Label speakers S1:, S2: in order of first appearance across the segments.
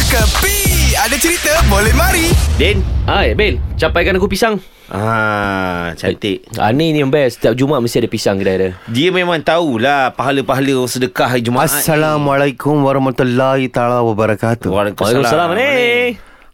S1: Kepi Ada cerita boleh mari
S2: Din Hai Ah, eh, Bil Capaikan aku pisang
S3: Ah, cantik.
S2: ah, Ni ni yang best Setiap Jumat mesti ada pisang kedai dia
S3: Dia memang tahulah pahala-pahala sedekah hari Jumaat.
S4: Assalamualaikum warahmatullahi taala wabarakatuh.
S2: Waalaikumsalam ni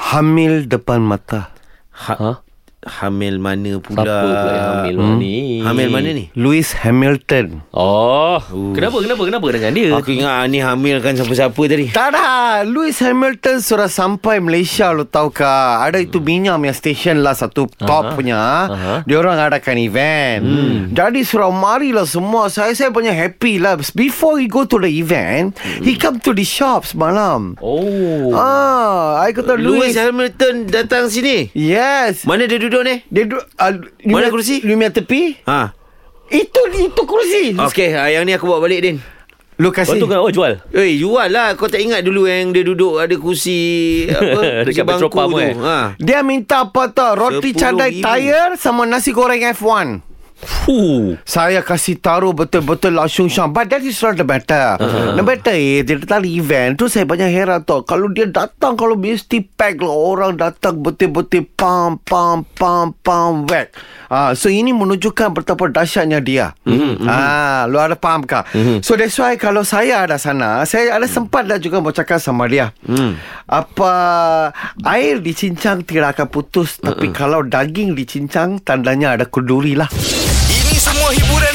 S4: Hamil depan mata.
S3: Ha,
S2: Ha?
S3: Hamil mana pula?
S2: Siapa pula yang hamil hmm. ni
S3: Hamil mana ni?
S4: Lewis Hamilton.
S2: Oh Kenapa kenapa kenapa dengan dia
S3: Aku ingat ah, ni hamilkan siapa-siapa tadi.
S4: Tak ada Lewis Hamilton Sudah sampai Malaysia Lu tahu kah Ada itu Binyam yang station lah Satu top punya
S2: Aha.
S4: Dia orang adakan event Jadi surah mari lah semua Saya saya punya happy lah Before he go to the event He come to the shops malam
S2: Oh
S4: Ah, I kata
S3: Lewis
S4: Lewis,
S3: Hamilton datang sini.
S4: Yes
S3: Mana dia duduk ni?
S4: Dia du- uh,
S3: Mana kerusi?
S4: Lu punya tepi
S3: Ha.
S4: Itu itu kerusi
S3: Okey, ah, yang ni aku bawa balik Din.
S4: Lu
S2: Lepas
S4: kasih
S2: tu kenapa jual
S3: Eh, jual lah. Kau tak ingat dulu yang dia duduk ada kursi apa? kursi
S2: Dekat
S3: bangku
S2: Petropam
S3: tu.
S2: eh?
S3: Ha.
S4: Dia minta apa tau Roti
S3: 10,000.
S4: cadai tayar Sama nasi goreng F1
S2: Fuh
S4: saya kasih taruh betul-betul langsung syam But that is not the matter uh-huh. The matter is Dia datang di event tu saya banyak heran tau Kalau dia datang Kalau mesti pack lah Orang datang betul-betul Pam, pam, pam, pam, whack Ah, so ini menunjukkan betapa dahsyatnya dia. Mm-hmm. Ah, lu ada faham kah? Mm-hmm. So that's why kalau saya ada sana, saya ada sempat dah juga mau cakap sama dia. Mm. Apa air dicincang tidak akan putus, tapi kalau daging dicincang tandanya ada kuduri lah.
S1: Ini semua hiburan